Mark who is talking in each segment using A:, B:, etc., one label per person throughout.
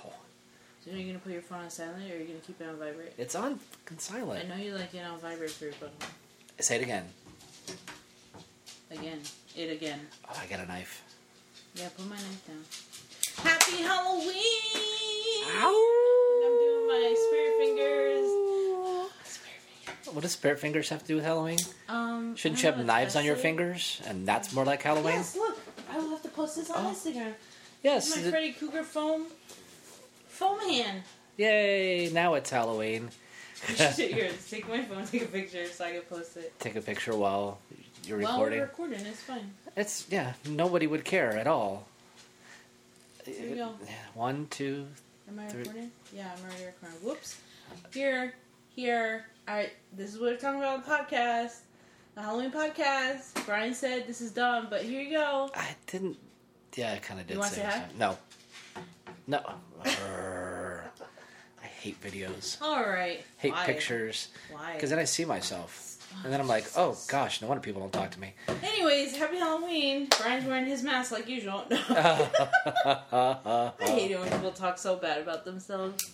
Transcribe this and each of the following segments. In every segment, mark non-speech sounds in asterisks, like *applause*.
A: So are you gonna put your phone on silent or are you gonna keep it on vibrate?
B: It's on fucking
A: I
B: silent.
A: know you like it on vibrate for your phone.
B: Say it again.
A: Again. It again.
B: Oh, I got a knife.
A: Yeah, put my knife down. Happy Halloween! I'm
B: Ow!
A: doing my spirit fingers. Spirit fingers.
B: What does spirit fingers have to do with Halloween?
A: Um,
B: Shouldn't
A: I
B: you
A: don't
B: have
A: know,
B: knives on your
A: especially-
B: fingers? And that's more like Halloween?
A: Yes, look. I will have to post this on
B: Oh.
A: Instagram.
B: Yes,
A: my
B: the-
A: Freddy Cougar foam foam
B: *laughs*
A: hand.
B: Yay, now it's Halloween.
A: *laughs*
B: *laughs*
A: You should do yours. Take my phone, take a picture so I can post it.
B: Take a picture while you're
A: While
B: recording.
A: we're recording, it's fine.
B: It's, yeah, nobody would care at all.
A: Here we go.
B: Yeah, One, two,
A: Am I
B: Three.
A: recording? Yeah, I'm already recording. Whoops. Here, here. I. This is what we're talking about on the podcast, the Halloween podcast. Brian said this is dumb, but here you go.
B: I didn't. Yeah, I kind of did
A: wanna
B: say
A: say hi?
B: something. No. No. Err. I hate videos.
A: All right.
B: Hate
A: Why?
B: pictures.
A: Why?
B: Because then I see myself. And then I'm like, oh gosh, no wonder people don't talk to me.
A: Anyways, happy Halloween. Brian's wearing his mask like usual. *laughs* *laughs* I hate it when people talk so bad about themselves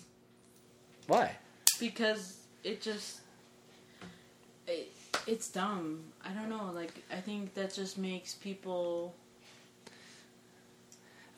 B: *laughs* Why?
A: because it just it, it's dumb. I don't know. Like I think that just makes people.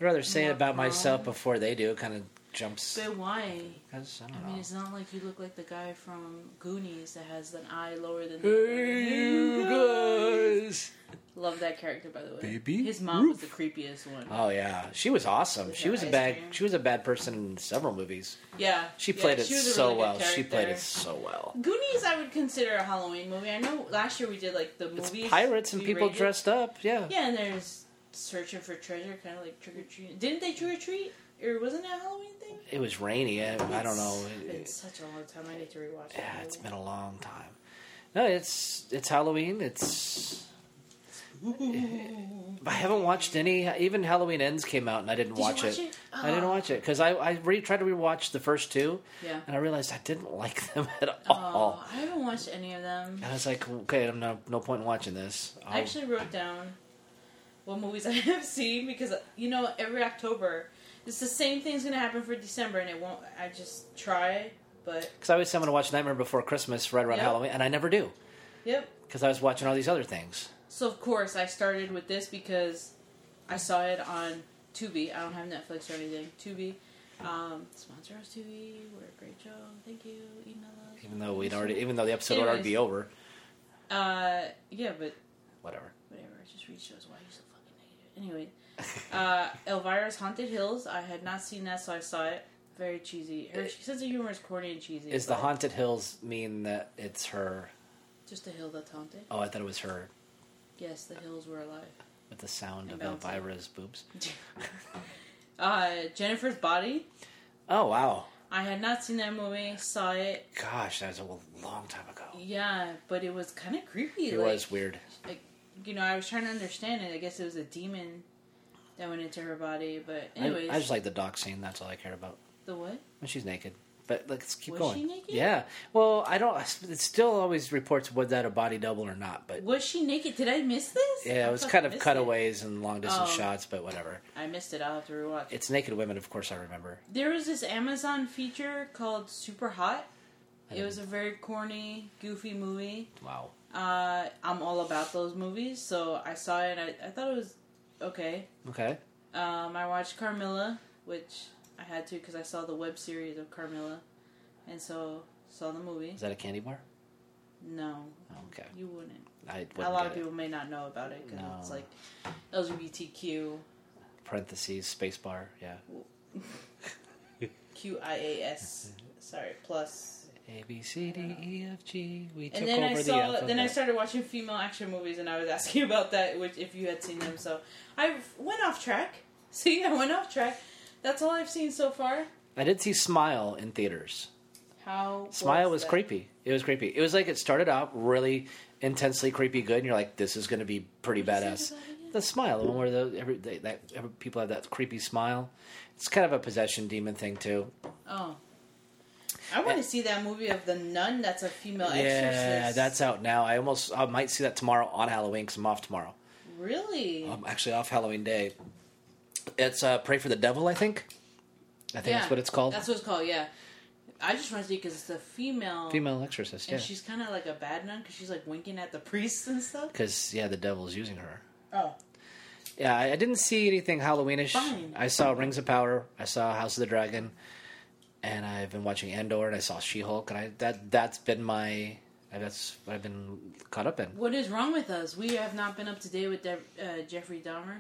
B: I'd rather say it
A: Not
B: about myself
A: wrong.
B: before they do. It kind of jumps.
A: But why?
B: 'cause I
A: I
B: don't
A: mean,
B: know.
A: it's not like you look like the guy from Goonies that has an eye lower than.
B: Hey, you guys!
A: Love that character, by the way.
B: Baby
A: His mom was the creepiest one.
B: Oh yeah, she was awesome.
A: With
B: She
A: her
B: was a
A: ice
B: bad.
A: cream.
B: She was a bad person in several movies.
A: yeah.
B: She
A: yeah,
B: played it
A: she was a
B: so
A: really good
B: well. She played it
A: character.
B: so well.
A: Goonies, I would consider a Halloween movie. I know last year we did like the
B: It's
A: movies.
B: pirates and
A: we
B: people
A: rated.
B: dressed up. Yeah.
A: Yeah, and there's searching for treasure, kind of like trick or treat. Didn't they trick or treat, or wasn't it a Halloween thing?
B: It was rainy. I, I don't know.
A: It's
B: It-
A: been such a long time. I need to rewatch. that
B: yeah, it's
A: movie.
B: been a long time. No, it's it's Halloween. It's I haven't watched any. Even Halloween Ends came out, and I didn't
A: Did you
B: watch, it.
A: watch it?
B: I didn't
A: Oh.
B: watch it because I I re- tried to rewatch the first two,
A: Yeah.
B: and I realized I didn't *laughs* like them at all.
A: Oh, I haven't watched any of them.
B: And I was like, okay, I'm no no point in watching this. I'll-
A: I actually wrote down what movies *laughs* I have seen because you know every October it's the same thing's gonna happen for December, and it won't. I just try, but
B: Because Um, I always say I'm going to watch Nightmare Before Christmas right around
A: Yeah.
B: Halloween, and I never do
A: yep.
B: because I was watching all these other things.
A: So of course I started with this because I saw it on Tubi. I don't have Netflix or anything. Tubi. Um, sponsor us Tubi. We're a great show. Thank you. Email us.
B: Even though we'd already, even though the episode would
A: Anyways.
B: already be over,
A: Uh, yeah, but *laughs*
B: whatever.
A: whatever. I just read shows. Why are you so fucking negative? Anyway, uh, Elvira's Haunted Hills. I had not seen that, so I saw it. Very cheesy. Her sense of humor is corny and cheesy.
B: Is the
A: but
B: haunted hills mean that it's her?
A: just a hill that's haunted?
B: Oh, I thought it was her
A: Yes, the hills were alive. *laughs*
B: with the sound
A: And
B: of
A: bouncing.
B: Elvira's boobs.
A: Uh, Jennifer's Body.
B: Oh wow,
A: I had not seen that movie. Saw it.
B: gosh, that was a long time ago.
A: Yeah, but it was kind of creepy.
B: It
A: like,
B: was weird.
A: like, you know, I was trying to understand it. I guess it was a demon that went into her body. But
B: I,
A: anyways,
B: I just like the dock scene. That's all I care about.
A: the what?
B: When she's naked, but let's keep
A: Was
B: going.
A: she naked?
B: Yeah. Well, I don't. It still always reports was that a body double or not, but.
A: Was she naked? Did I miss this?
B: Yeah,
A: I
B: it was
A: fucking
B: kind of
A: missed
B: cutaways and long distance
A: Oh.
B: shots, but whatever.
A: I missed it. I'll have to rewatch.
B: It's naked women, of course. I remember.
A: there was this Amazon feature called Super Hot. It was a very corny, goofy movie.
B: Wow.
A: Uh, I'm all about those movies, so I saw it. and I, I thought it was okay.
B: Okay.
A: Um, I watched Carmilla, which I had to because I saw the web series of Carmilla, and so saw the movie.
B: Is that a candy bar? Oh,
A: No,
B: Okay.
A: you wouldn't.
B: I wouldn't
A: a lot
B: get
A: of
B: it.
A: people may not know about it because it's
B: No.
A: like LGBTQ,
B: Parentheses, space bar. Yeah. *laughs*
A: QIAS. Sorry, plus
B: A B C D E F G. We took
A: And then
B: over
A: I
B: the uh,
A: saw.
B: alphabet.
A: then I started watching female action movies, and I was asking *laughs* about that, which if you had seen them. So I went off track. *laughs* See, I went off track. That's all I've seen so far.
B: I did see Smile in theaters.
A: How
B: Smile was
A: that?
B: creepy. It was creepy. It was like it started out really intensely creepy good, and you're like, this is going to be pretty
A: What
B: badass.
A: is it about again?
B: The smile, the one where the every they, that every, people have that creepy smile. It's kind of a possession demon thing too.
A: *laughs* Oh, I want
B: Yeah.
A: to see that movie of the nun. That's a female
B: Eh. Yeah,
A: exorcist.
B: that's out now. I almost I might see that tomorrow on Halloween because I'm off tomorrow.
A: really.
B: Um, I'm actually off Halloween day. It's uh, Pray for the Devil, I think. I think
A: Yeah.
B: that's what it's called.
A: That's what it's called, yeah. I just want to see because it's a female,
B: Female exorcist,
A: and
B: yeah.
A: she's kind of like a bad nun because she's like winking at the *laughs* priests and stuff.
B: Because yeah, the devil's using her.
A: Oh,
B: Yeah, I, I didn't see anything Halloweenish.
A: Fine.
B: I saw Rings of Power. I saw House of the Dragon, and I've been watching Andor, and I saw She Hulk, and I that that's been my that's what I've been caught up in.
A: what is wrong with us? We have not been up to date with De- uh, Jeffrey Dahmer.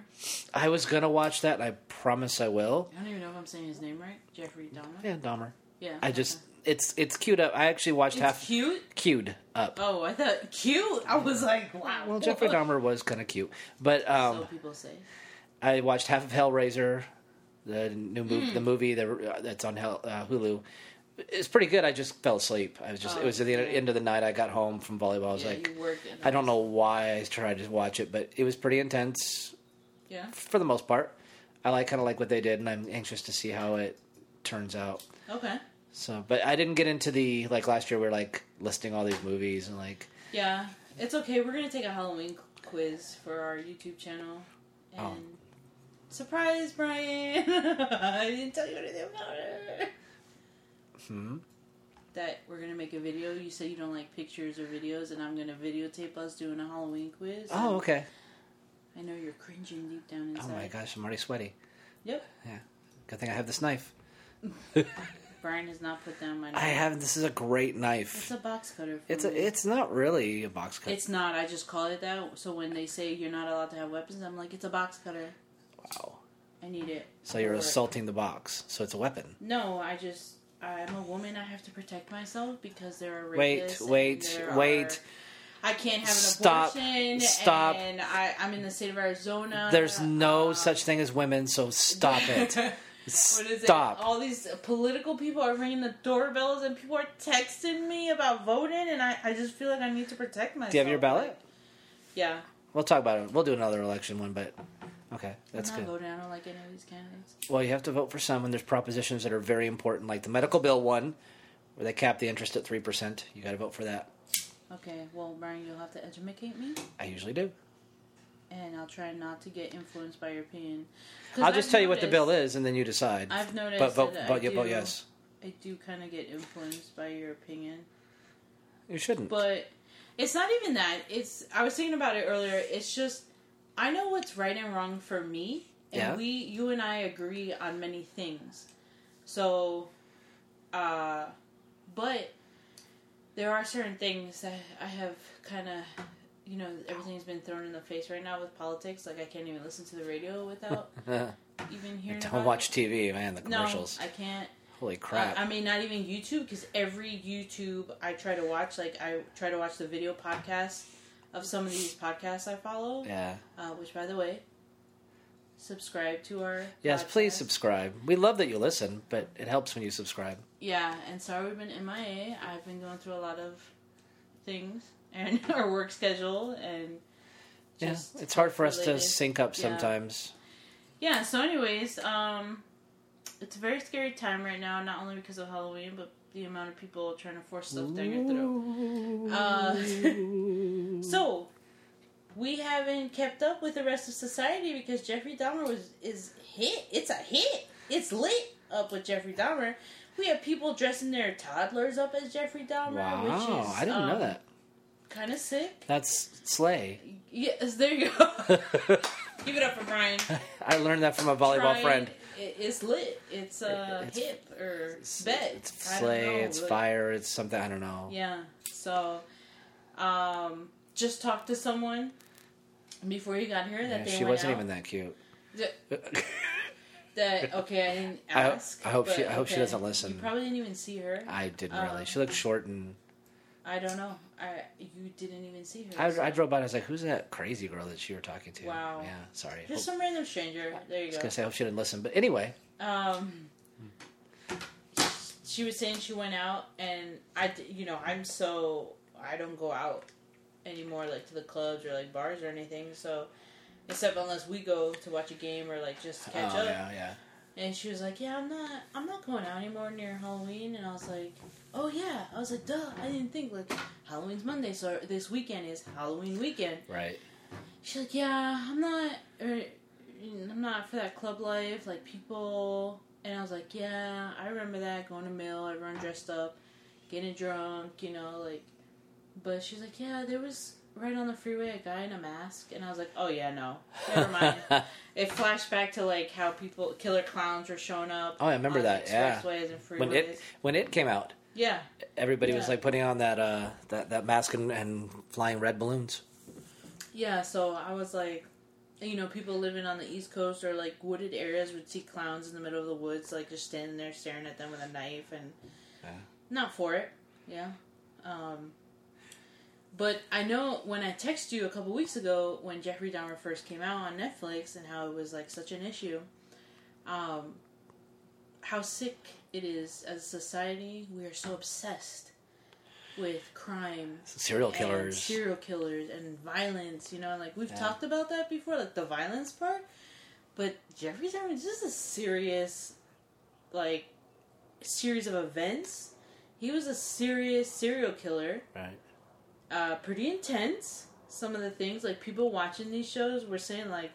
B: I was gonna watch that. and I promise I will.
A: I don't even know if I'm saying his name right. Jeffrey Dahmer.
B: Yeah, Dahmer.
A: Yeah.
B: I just it's it's queued up. I actually watched
A: It's
B: half
A: cute.
B: queued up.
A: Oh, I thought cute. I was like, wow.
B: Well,
A: *laughs*
B: Jeffrey Dahmer was kind of cute, but um,
A: So people say.
B: I watched half of Hellraiser, the new
A: Hmm.
B: movie, the movie that, that's on Hell, uh, Hulu. It's pretty good. I just fell asleep. I was just
A: Oh,
B: it was at the
A: yeah.
B: end of the night. I got home from volleyball. I was
A: yeah,
B: like,
A: you worked. In
B: I don't know why I tried to watch it, but it was pretty intense
A: Yeah.
B: for the most part. I like kind of like what they did, and I'm anxious to see how it turns out.
A: Okay.
B: So, but I didn't get into the like last year. We are like listing all these movies and like
A: Yeah, it's okay. We're gonna take a Halloween quiz for our YouTube channel. And
B: Oh.
A: surprise, Brian! *laughs* I didn't tell you anything about it.
B: hmm.
A: That we're gonna make a video. You said you don't like pictures or videos, and I'm gonna videotape us doing a Halloween quiz.
B: Oh,
A: And
B: okay.
A: I know you're cringing deep down
B: Oh
A: inside.
B: my gosh, I'm already sweaty.
A: Yep.
B: Yeah. Good thing I have this knife.
A: Brian has not put down my.
B: I
A: knife.
B: have. This is a great knife.
A: It's a box cutter. For
B: It's a,
A: me.
B: it's not really a box cut.
A: It's not. I just call it that. So when they say you're not allowed to have weapons, I'm like, it's a box cutter.
B: wow.
A: I need it.
B: So you're
A: Or-
B: assaulting the box. So it's a weapon.
A: No, I just I'm a woman. I have to protect myself because there are
B: Wait,
A: rapists. and
B: wait,
A: there
B: wait.
A: are- I can't have an
B: Stop.
A: abortion.
B: Stop.
A: And I, I'm in the state of Arizona.
B: There's no
A: um,
B: such thing as women. So stop it.
A: *laughs* What is it?
B: stop.
A: All these political people are ringing the doorbells, and people are texting me about voting, and I, I just feel like I need to protect myself.
B: Do you have your ballot?
A: Yeah,
B: We'll talk about it. We'll do another election one, but okay, that's
A: I'm not
B: good.
A: voting. I don't like any of these candidates.
B: Well, you have to vote for some, and there's propositions that are very important, like the medical bill one, where they cap the interest at three percent. You got to vote for that.
A: Okay, well, Brian, you'll have to educate me,
B: I usually do.
A: and I'll try not to get influenced by your opinion. 'Cause
B: I'll just
A: I've
B: tell you what the
A: noticed-
B: bill is, and then you decide.
A: I've noticed
B: but vote,
A: that I
B: but you
A: do,
B: vote yes.
A: I do kind of get influenced by your opinion,
B: You shouldn't. *laughs*
A: but it's not even that. It's I was thinking about it earlier. It's just I know what's right and wrong for me, and
B: Yeah.
A: we, you and I, agree on many things. So, uh, but there are certain things that I have kind of. You know, everything's been thrown in the face right now with politics. Like, I can't even listen to the radio without
B: *laughs*
A: even hearing.
B: Don't
A: about
B: watch TV, man. The
A: it. No,
B: commercials.
A: I can't.
B: Holy crap.
A: I, I mean, not even YouTube, because every YouTube I try to watch, like I try to watch the video podcast of some of these podcasts I follow.
B: yeah.
A: Uh, which, by the way, subscribe to our.
B: Yes, please
A: podcast.
B: subscribe. We love that you listen, but it helps when you subscribe.
A: Yeah, and sorry we've been MIA. I've been going through a lot of things *laughs* and our work schedule and.
B: Yes, it's hard for us to
A: related.
B: sync up
A: Yeah.
B: sometimes.
A: Yeah, so anyways, um it's a very scary time right now, not only because of Halloween, but the amount of people trying to force stuff down your throat. Uh, *laughs*
B: Mm.
A: so we haven't kept up with the rest of society because Jeffrey Dahmer was is hit. It's a hit. It's lit up with Jeffrey Dahmer. We have people dressing their toddlers up as Jeffrey Dahmer, which
B: Wow,
A: is um,
B: I didn't know that.
A: Kind of sick.
B: That's Slay. *laughs*
A: Yes, there you *laughs* go. Give it up for *laughs* Brian.
B: I learned that from a volleyball
A: Try-
B: friend.
A: it- it's lit. It's uh,
B: It's-
A: hip or
B: It's,
A: bet.
B: it's
A: I don't
B: Slay,
A: know,
B: it's
A: but-
B: fire, it's something, I don't know.
A: Yeah. So, um, just talk to someone before you got here that
B: Yeah,
A: they
B: she
A: went
B: wasn't
A: out.
B: even that cute.
A: Th- That okay? I didn't
B: I ho-
A: ask.
B: I hope she-
A: but
B: I hope she
A: okay.
B: doesn't listen.
A: You probably didn't even see her.
B: *laughs* I didn't
A: Uh,
B: really. She looked short and
A: I don't know. I you didn't even see her.
B: I,
A: so-
B: I drove by and I was like, who's that crazy girl that you were talking to?
A: Wow.
B: Yeah, sorry.
A: just
B: Hope-
A: some random stranger. There
B: I
A: you
B: was
A: go.
B: going to say, I hope she didn't listen. But anyway,
A: Um,
B: Hmm.
A: she was saying she went out, and I, d- you know, I'm so I don't go out anymore, like to the clubs or like bars or anything. So, except unless we go to watch a game or like just catch
B: oh,
A: up.
B: yeah, yeah.
A: And she was like, "Yeah, I'm not, I'm not going out anymore near Halloween." And I was like, "Oh yeah," I was like, "Duh," I didn't think like Halloween's Monday, so this weekend is Halloween weekend.
B: Right.
A: She's like, yeah, I'm not, er, I'm not for that club life. Like people, And I was like, yeah, I remember that going to mill, everyone dressed up, getting drunk, you know, like. But she's like, yeah, there was right on the freeway a guy in a mask, and I was like, oh yeah, no, never mind.
B: *laughs* Oh,
A: it flashed back to like how people killer clowns were showing up.
B: Oh, I remember
A: on the
B: that, yeah.
A: expressways and freeways.
B: when it when it came out,
A: yeah,
B: everybody was
A: Yeah.
B: like putting on that uh that, that mask and, and flying red balloons.
A: yeah. So I was like, you know, people living on the East Coast or like wooded areas would see clowns in the middle of the woods, like just standing there staring at them with a knife, and
B: Yeah.
A: not for it. Yeah. Um, but I know when I texted you a couple weeks ago when Jeffrey Dahmer first came out on Netflix and how it was like such an issue, um, how sick it is as a society. We are so obsessed with crime
B: Serial
A: and
B: killers.
A: serial killers, and violence. You know, like we've
B: Yeah.
A: talked about that before, like the violence part. But Jeffrey Dahmer, this is a serious, like, series of events. He was a serious serial killer.
B: right.
A: Uh, pretty intense. Some of the things, like people watching these shows, were saying like,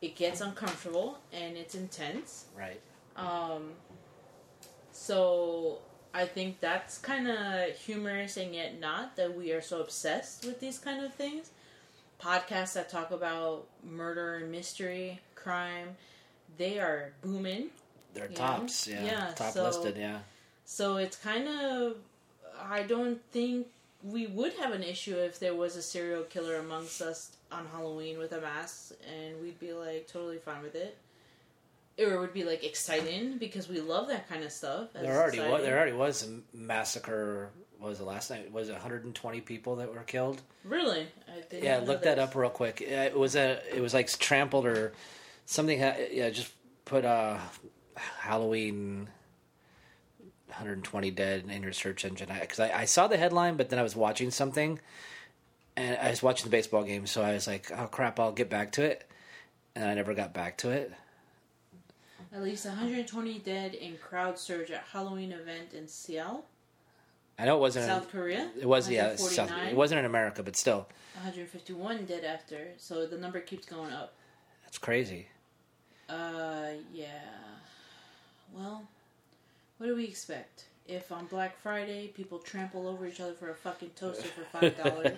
A: it gets uncomfortable and it's intense.
B: Right.
A: Um, so I think that's kind of humorous and yet not that we are so obsessed with these kind of things. Podcasts that talk about murder and mystery, crime, they are booming.
B: They're
A: Yeah.
B: tops, yeah.
A: Yeah,
B: Top
A: so-
B: listed, yeah.
A: So it's kind of, I don't think we would have an issue if there was a serial killer amongst us on Halloween with a mask, and we'd be like totally fine with it. Or it would be like exciting because we love that kind of stuff. as a
B: There already was
A: society.
B: there already was a massacre what was the last night was it 120 people that were killed.
A: Really? I didn't
B: Yeah,
A: know
B: look that
A: this.
B: up real quick. Yeah, It was a it was like trampled or something ha- yeah, just put uh Halloween 120 dead in your search engine because I, I saw the headline but then I was watching something and I was watching the baseball game so I was like oh crap I'll get back to it and I never got back to it
A: At least 120 dead in crowd surge at Halloween event in Seoul,
B: I know it wasn't in-
A: South Korea.
B: it was yeah it's South,
A: 149,
B: it wasn't in America but still
A: 151 dead after. So the number keeps going up.
B: that's crazy
A: Uh, yeah. Well, what do we expect? If on Black Friday people trample over each other for a fucking toaster for five dollars,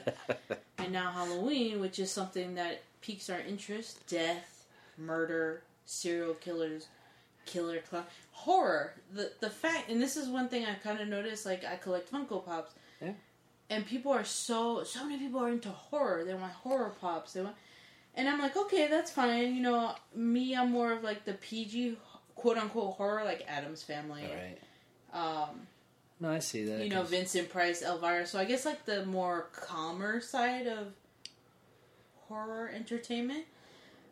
A: and now Halloween, which is something that piques our interest, death, murder, serial killers, killer clown, horror. The the fact, and this is one thing I kind of noticed. Like I collect Funko Pops,
B: Yeah.
A: and people are so so many people are into horror. They want horror pops. They want. And I'm like, okay, that's fine. You know, me, I'm more of like the PG, quote unquote horror, like Adam's Family.
B: *laughs* all right
A: Um,
B: no I see that
A: you know, Vincent Price, Elvira. So I guess like the more calmer side of horror entertainment.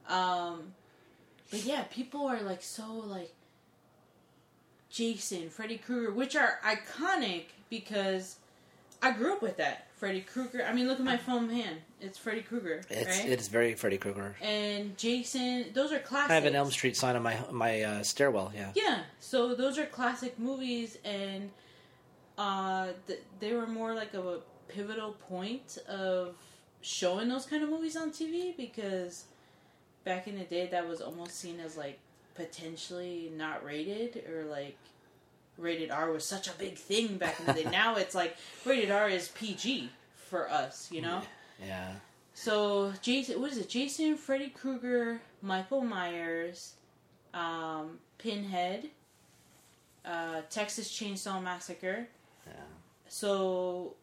A: Um, but yeah, people are like so like Jason, Freddy Krueger, which are iconic because I grew up with that. Freddy Krueger. I mean, look at my phone hand. It's Freddy Krueger.
B: Uh-huh. it's
A: right?
B: it's very Freddy Krueger
A: and Jason. Those are classic.
B: I have an Elm Street sign on my my uh, stairwell. Yeah.
A: Yeah, so those are classic movies, and uh, th- they were more like of a pivotal point of showing those kind of movies on TV because back in the day, that was almost seen as like potentially not rated or like rated R was such a big thing back in
B: *laughs*
A: the day. now it's like rated R is PG for us, you know.
B: Yeah.
A: So Jason, what is it? Jason, Freddy Krueger, Michael Myers, um, Pinhead, uh, Texas Chainsaw Massacre.
B: Yeah.
A: So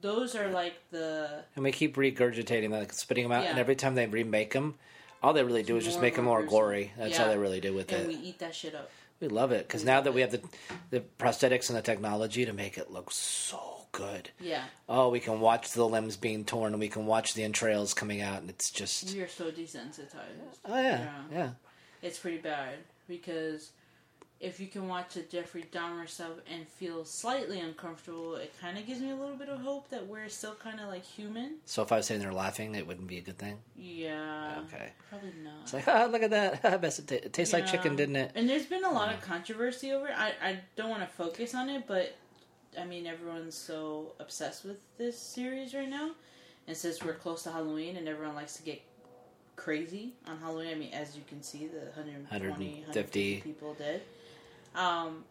A: those are like the
B: And we keep regurgitating that, like spitting them out, and
A: Yeah.
B: every time they remake them, all they really do is just
A: More
B: make them
A: more
B: more
A: gruesome.
B: gory. That's all
A: Yeah.
B: they really do with
A: and
B: it.
A: we
B: We,
A: eat that shit up.
B: love it because
A: we
B: now
A: love
B: that we
A: it.
B: have the the prosthetics and the technology to make it look so good.
A: Yeah,
B: Oh, we can watch the limbs being torn, and we can watch the entrails coming out, and it's just
A: we are so desensitized.
B: oh yeah,
A: Yeah.
B: yeah.
A: It's pretty bad because if you can watch the Jeffrey Dahmer stuff and feel slightly uncomfortable, it kind of gives me a little bit of hope that we're still kind of like human.
B: So if I was sitting there laughing, it wouldn't be a good thing.
A: Yeah,
B: Okay.
A: probably not.
B: It's like, *laughs* ah, look at that! I bet it, ta- it tastes like
A: Yeah.
B: chicken, didn't it?
A: And there's been a lot of controversy over it. I, I don't want to focus on it, but I mean, everyone's so obsessed with this series right now. And since we're close to Halloween and everyone likes to get crazy on Halloween. I mean, as you can see, the 120,
B: 150.
A: 150 people did. Um,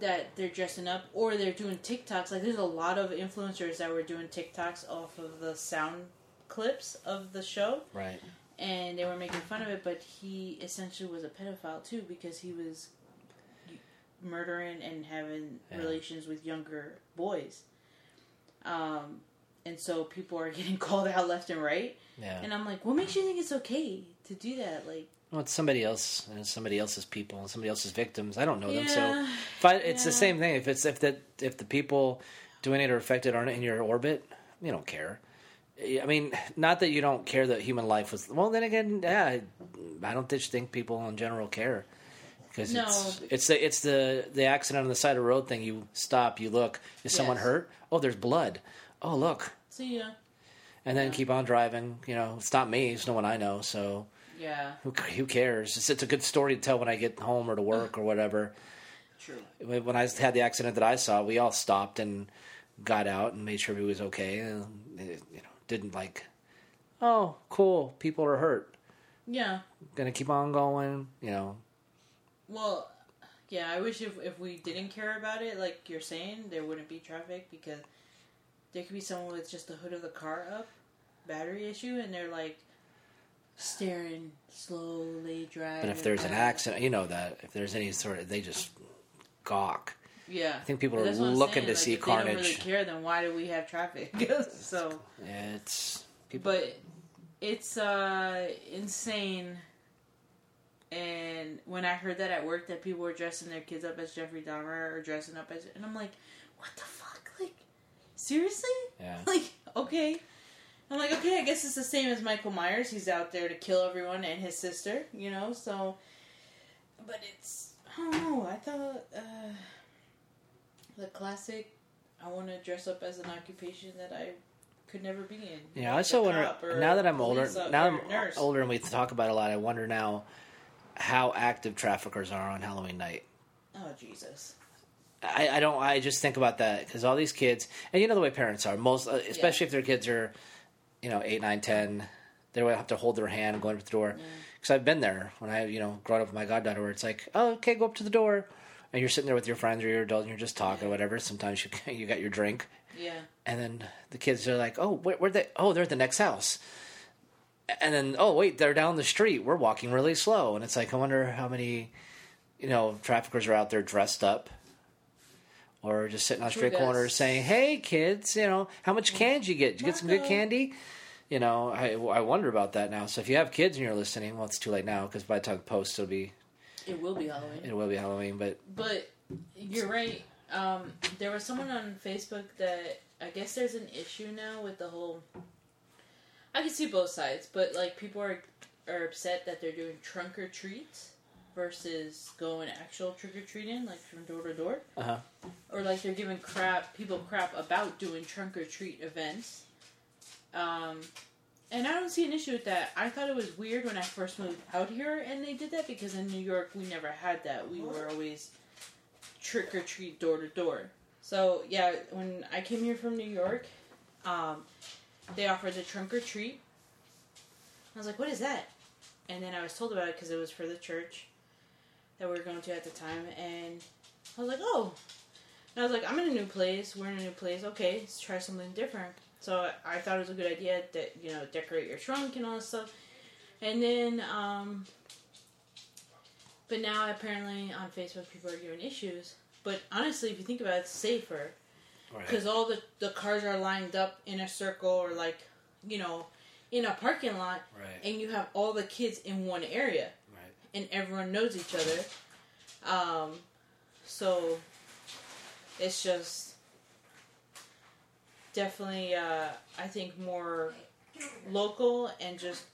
A: that they're dressing up or they're doing TikToks. Like, there's a lot of influencers that were doing TikToks off of the sound clips of the show
B: Right.
A: and they were making fun of it, but he essentially was a pedophile too because he was murdering and having
B: Yeah.
A: relations with younger boys. Um, and so people are *laughs* getting called out left and right.
B: Yeah.
A: And I'm like, what makes you think it's okay to do that? Like,
B: Well, it's somebody else, and it's somebody else's people, and somebody else's victims. I don't know them, so
A: yeah,
B: if I, it's the
A: yeah.
B: same thing. If it's if that if the people doing it or affected aren't in your orbit, you don't care. I mean, not that you don't care that human life was. Well, then again, yeah, I don't just think people in general care because
A: No.
B: it's it's the it's the the accident on the side of the road thing. You stop, you look, is someone
A: Yes.
B: hurt? Oh, there's blood. Oh, look,
A: so yeah,
B: and then keep on driving. You know, it's not me. It's no one I know. So
A: yeah,
B: who, who cares? It's, it's a good story to tell when I get home or to work or whatever.
A: true.
B: When I had the accident that I saw, we all stopped and got out and made sure we was okay. And, it, you know, didn't like, oh, cool, people are hurt.
A: Yeah,
B: Gonna keep on going. You know,
A: well, yeah. I wish if if we didn't care about it, like you're saying, there wouldn't be traffic because there could be someone with just the hood of the car up, battery issue, and they're like staring slowly driving.
B: but if there's an accident, you know that if there's any sort of, they just gawk.
A: yeah, I
B: think people are looking to see
A: if They don't really
B: carnage.
A: care. Then why do we have traffic? *laughs* so.
B: It's people.
A: but it's uh insane and when i heard that at work that people were dressing their kids up as jeffrey dahmer or dressing up as and i'm like what the fuck like seriously
B: yeah,
A: *laughs* like okay i'm like okay i guess it's the same as michael myers he's out there to kill everyone and his sister you know so but it's i don't know i thought uh the classic i want to dress up as an occupation that i could never be in
B: Yeah,
A: Like
B: I also
A: a
B: wonder
A: cop or
B: now that
A: a
B: I'm older.
A: police, uh,
B: Now
A: or
B: I'm
A: nurse.
B: older, and we talk about it a lot. I wonder now how active traffickers are on Halloween night.
A: oh jesus
B: I, I don't. I just think about that because all these kids, and you know the way parents are. Most, uh, especially if their kids are, you know, eight, nine, ten, they would have to hold their hand going up the door. Because I've been there when I, you know, growing up with my goddaughter, where it's like, oh, okay, go up to the door, and you're sitting there with your friends or your adult, and you're just talking or whatever. Sometimes you *laughs* you got your drink,
A: yeah
B: and then the kids are like, oh, where, where they? Oh, they're at the next house. And then, oh wait, they're down the street. We're walking really slow, and it's like I wonder how many, you know, traffickers are out there dressed up, or just sitting on street
A: True, guys.
B: corners saying, "Hey, kids, you know, how much candy did you get? Did you get some good
A: Marco."
B: candy?" You know, I, I wonder about that now. So if you have kids and you're listening, well, it's too late now because by the time it posts, it'll be
A: it will be halloween
B: it will be Halloween. But
A: but you're right. Um, there was someone on Facebook that I guess there's an issue now with the whole. I can see both sides, but like people are are upset that they're doing trunk or treats versus going actual trick or treating, like from door to door,
B: uh
A: or like they're giving crap people crap about doing trunk or treat events. Um, and I don't see an issue with that. I thought it was weird when I first moved out here and they did that because in New York we never had that. We were always trick or treat door to door. So yeah, when I came here from New York, um, they offered the trunk or treat. I was like, "What is that?" And then I was told about it because it was for the church that we were going to at the time, and I was like, "Oh." And I was like, "I'm in a new place. We're in a new place. Okay, let's try something different." So I thought it was a good idea that you know decorate your trunk and all that stuff. And then, um, but now apparently on Facebook people are giving issues. But honestly, if you think about it, it's safer because all the the cars are lined up in a circle or like you know in a parking lot,
B: right,
A: and you have all the kids in one area
B: right.
A: and everyone knows each other. Um, so it's just definitely, uh, I think, more local and just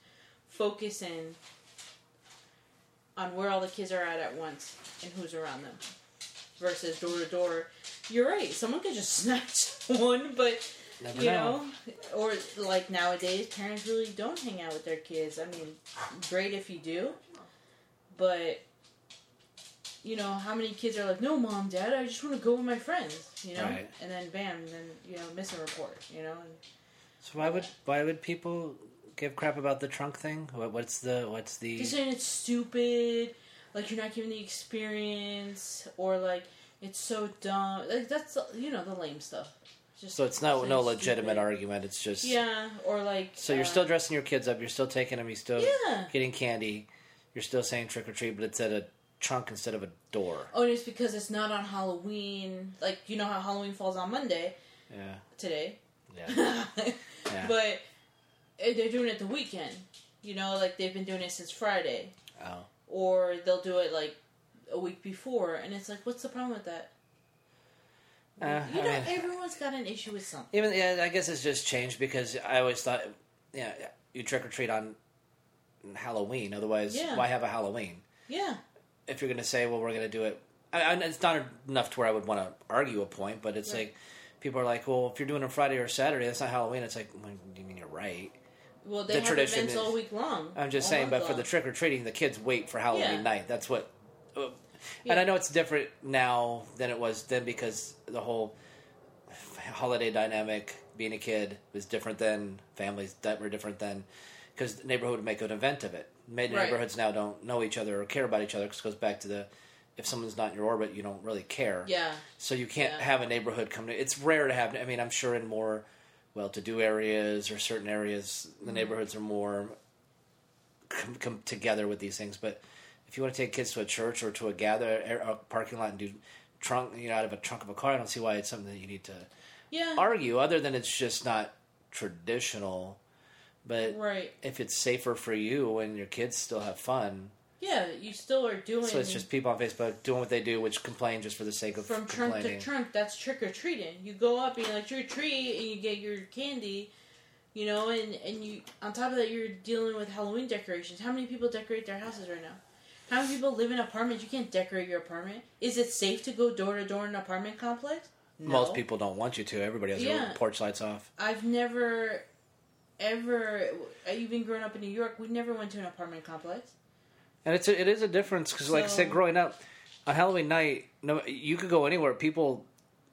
A: focusing on where all the kids are at at once and who's around them versus door to door. You're right, someone could just *laughs* snatch one, but
B: Never
A: you know, or like nowadays, parents really don't hang out with their kids. I mean, great if you do, but you know, how many kids are like, "No, mom, dad, I just want to go with my friends," you know,
B: Right.
A: and then bam, then you know, missing report, you know, and
B: So why would why would people give crap about the trunk thing? What, what's the what's the
A: Just saying it's stupid, like you're not giving the experience, or like it's so dumb. Like that's you know the lame stuff. Just
B: so it's no
A: saying
B: no
A: it's
B: legitimate
A: stupid.
B: argument. It's just
A: Yeah, or like
B: So you're
A: uh,
B: still dressing your kids up. You're still taking them. You're still
A: Yeah.
B: getting candy. You're still saying trick or treat, but it's at a trunk instead of a door.
A: Oh, and it's because it's not on Halloween. Like you know how Halloween falls on Monday
B: Yeah,
A: today, *laughs*
B: yeah, yeah.
A: but eh, they're doing it the weekend. You know, like they've been doing it since Friday,
B: oh,
A: or they'll do it like a week before, and it's like, what's the problem with that?
B: Uh,
A: you
B: I
A: know,
B: mean-
A: everyone's got an issue with something.
B: even yeah. I guess it's just changed because I always thought, yeah, you trick or treat on Halloween. Otherwise,
A: Yeah.
B: why have a Halloween?
A: Yeah,
B: If you're going to say, well, we're going to do it, I, I, it's not enough to where I would want to argue a point. But it's
A: Right.
B: like people are like, well, if you're doing it Friday or Saturday, that's not Halloween. It's like, well, you mean you're right?
A: well, they
B: The
A: have
B: tradition
A: events
B: is-
A: all week long. Oh
B: I'm just
A: all
B: saying,
A: month
B: but for
A: long.
B: the trick or treating, the kids wait for Halloween
A: Yeah.
B: night. That's what. uh, And
A: Yeah.
B: I know it's different now than it was then because the whole holiday dynamic, being a kid, was different then. Families that were different then, because the neighborhood would make an event of it. Many
A: Right.
B: neighborhoods now don't know each other or care about each other. Because it goes back to the if someone's not in your orbit, you don't really care.
A: yeah,
B: So you can't
A: Yeah.
B: have a neighborhood come to. It's rare to have. I mean, I'm sure in more well-to-do areas or certain areas,
A: Mm-hmm.
B: the neighborhoods are more come, come together with these things. But if you want to take kids to a church or to a gather a parking lot and do trunk, you know, out of a trunk of a car, I don't see why it's something that you need to
A: *laughs* yeah,
B: argue. Other than it's just not traditional. But
A: right,
B: if it's safer for you and your kids still have fun,
A: yeah. You still are doing
B: so it's just people on Facebook doing what they do, which complain just for the sake of
A: from trunk
B: complaining.
A: to trunk. That's trick or treating. You go up and you're like trick or treat, and you get your candy. You know, and and you on top of that, you're dealing with Halloween decorations. How many people decorate their houses right now? How many people live in apartments? You can't decorate your apartment. Is it safe to go door to door in an apartment complex? No.
B: Most people don't want you to. Everybody has
A: Yeah.
B: their porch lights off.
A: I've never, ever, even growing up in New York, we never went to an apartment complex.
B: And it's a, it is a difference because, like I said,
A: So-
B: growing up on Halloween night, no, you could go anywhere. People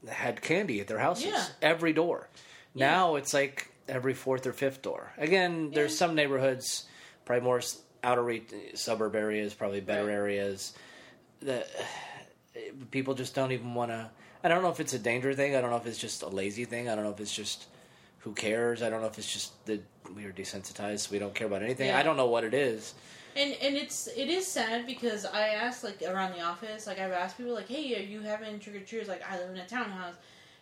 B: had candy at their houses,
A: Yeah.
B: every door. Now it's like every fourth or fifth door. Again, there's
A: Yeah.
B: some neighborhoods, probably more s- outer re- suburb areas, probably better
A: Right.
B: areas. That eh, people just don't even want to. I don't know if it's a danger thing. I don't know if it's just a lazy thing. I don't know if it's just who cares. I don't know if it's just that we are desensitized. We don't care about anything.
A: Yeah.
B: I don't know what it is.
A: And and it's it is sad because I asked like around the office, like I've asked people like, Hey, are you having trick or treaters? Like I live in a townhouse